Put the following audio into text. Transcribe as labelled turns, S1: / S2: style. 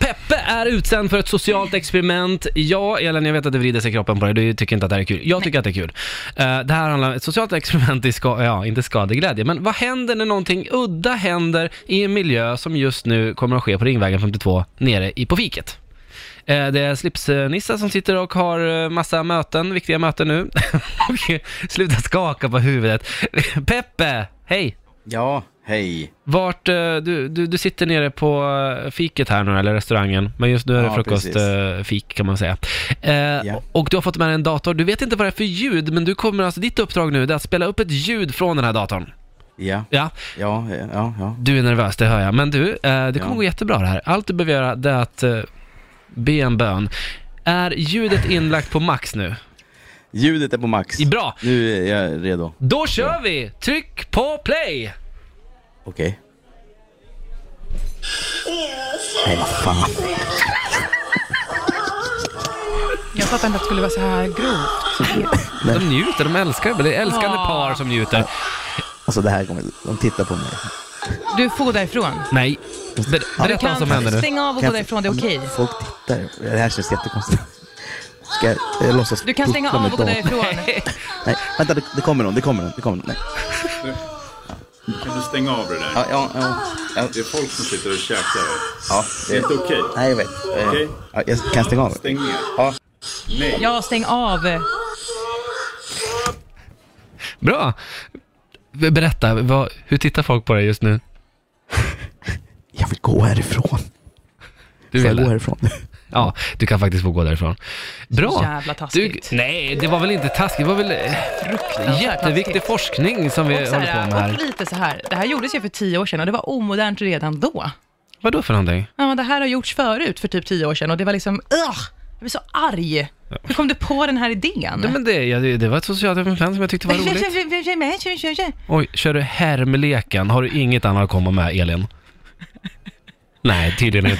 S1: Peppe är utsänd för ett socialt experiment. Ja, Elin, jag vet att det vrider sig i kroppen på dig. Du tycker inte att det här är kul. Jag tycker att det är kul. Eh, det här handlar om ett socialt experiment i ska, ja, inte skadeglädje, men vad händer när någonting udda händer i en miljö som just nu kommer att ske på Ringvägen 52 nere i, på fiket? Eh, Det är slipsnissa som sitter och har eh, massa möten, viktiga möten nu. Och Sluta skaka på huvudet. Peppe, hej!
S2: Ja, hej.
S1: Vart, eh, du, du, du sitter nere på eh, fiket här nu, eller restaurangen, men just nu är det
S2: Ja,
S1: frukostfik kan man säga. Eh, Och du har fått med dig en dator, du vet inte vad det är för ljud, men du kommer alltså, ditt uppdrag nu det är att spela upp ett ljud från den här datorn.
S2: Ja,
S1: Ja,
S2: ja, ja, ja.
S1: du är nervös, det hör jag, men du, eh, det kommer
S2: Ja.
S1: gå jättebra det här. Allt du behöver göra det är att eh, be en bön. Är ljudet inlagt på max nu?
S2: Ljudet är på max.
S1: Bra!
S2: Nu är jag redo.
S1: Då kör vi! Tryck på play!
S2: Okej. Nej, vad fan.
S3: Jag fattade inte att det skulle vara så här grovt.
S1: De njuter, de älskar det. Det är älskande
S3: Ja.
S1: par som njuter.
S2: Alltså det här kommer... De tittar på mig.
S3: Du får gå därifrån.
S1: Nej, Ber-
S3: Du
S1: berätta vad som händer
S3: kan
S1: nu.
S3: stänga av och
S2: Kan
S3: gå
S2: jag-
S3: därifrån, det är okej.
S2: Folk tittar. Det här känns jättekonstigt. Ska jag, jag låtsas
S3: Du kan stänga
S2: puckla
S3: av
S2: med
S3: och gå
S2: dem?
S3: därifrån.
S2: Nej, vänta. Det, det kommer någon. Det kommer någon. Det kommer någon. Nej.
S4: Kan du stänga av det där?
S2: Ja, ja, ja. ja,
S4: Det är folk som sitter och käkar.
S2: ja.
S4: Det är inte okej.
S2: Nej, jag vet. Eh,
S4: Okej.
S2: Ja, jag kan jag stänga av.
S4: Stäng ner.
S2: Ja.
S4: Nej.
S3: Ja, stäng av. eh,
S1: Bra! B- Berätta, vad, hur tittar folk på dig just nu?
S2: Jag vill gå härifrån.
S1: Du
S2: Får jag
S1: vill
S2: gå
S1: det?
S2: härifrån?
S1: Ja, du kan faktiskt få gå därifrån. Bra!
S3: jävla taskigt.
S1: Du, nej, det var väl inte taskigt, det var väl eh, jätteviktig
S3: taskigt.
S1: forskning som vi
S3: Och, så
S1: håller på med
S3: här,
S1: här.
S3: och lite så här. Det här gjordes ju för tio år sedan och det var omodernt redan då.
S1: Vadå för någonting?
S3: Ja, men det här har gjorts förut för typ tio år sedan och det var liksom, ugh, jag blir så arg. Hur kom du på den här idén?
S1: Nej, men det, ja, det, det var ett socialt experiment som jag tyckte var roligt. Oj, kör du härmleken? Har du inget annat att komma med, Elin? Nej, tydligen inte.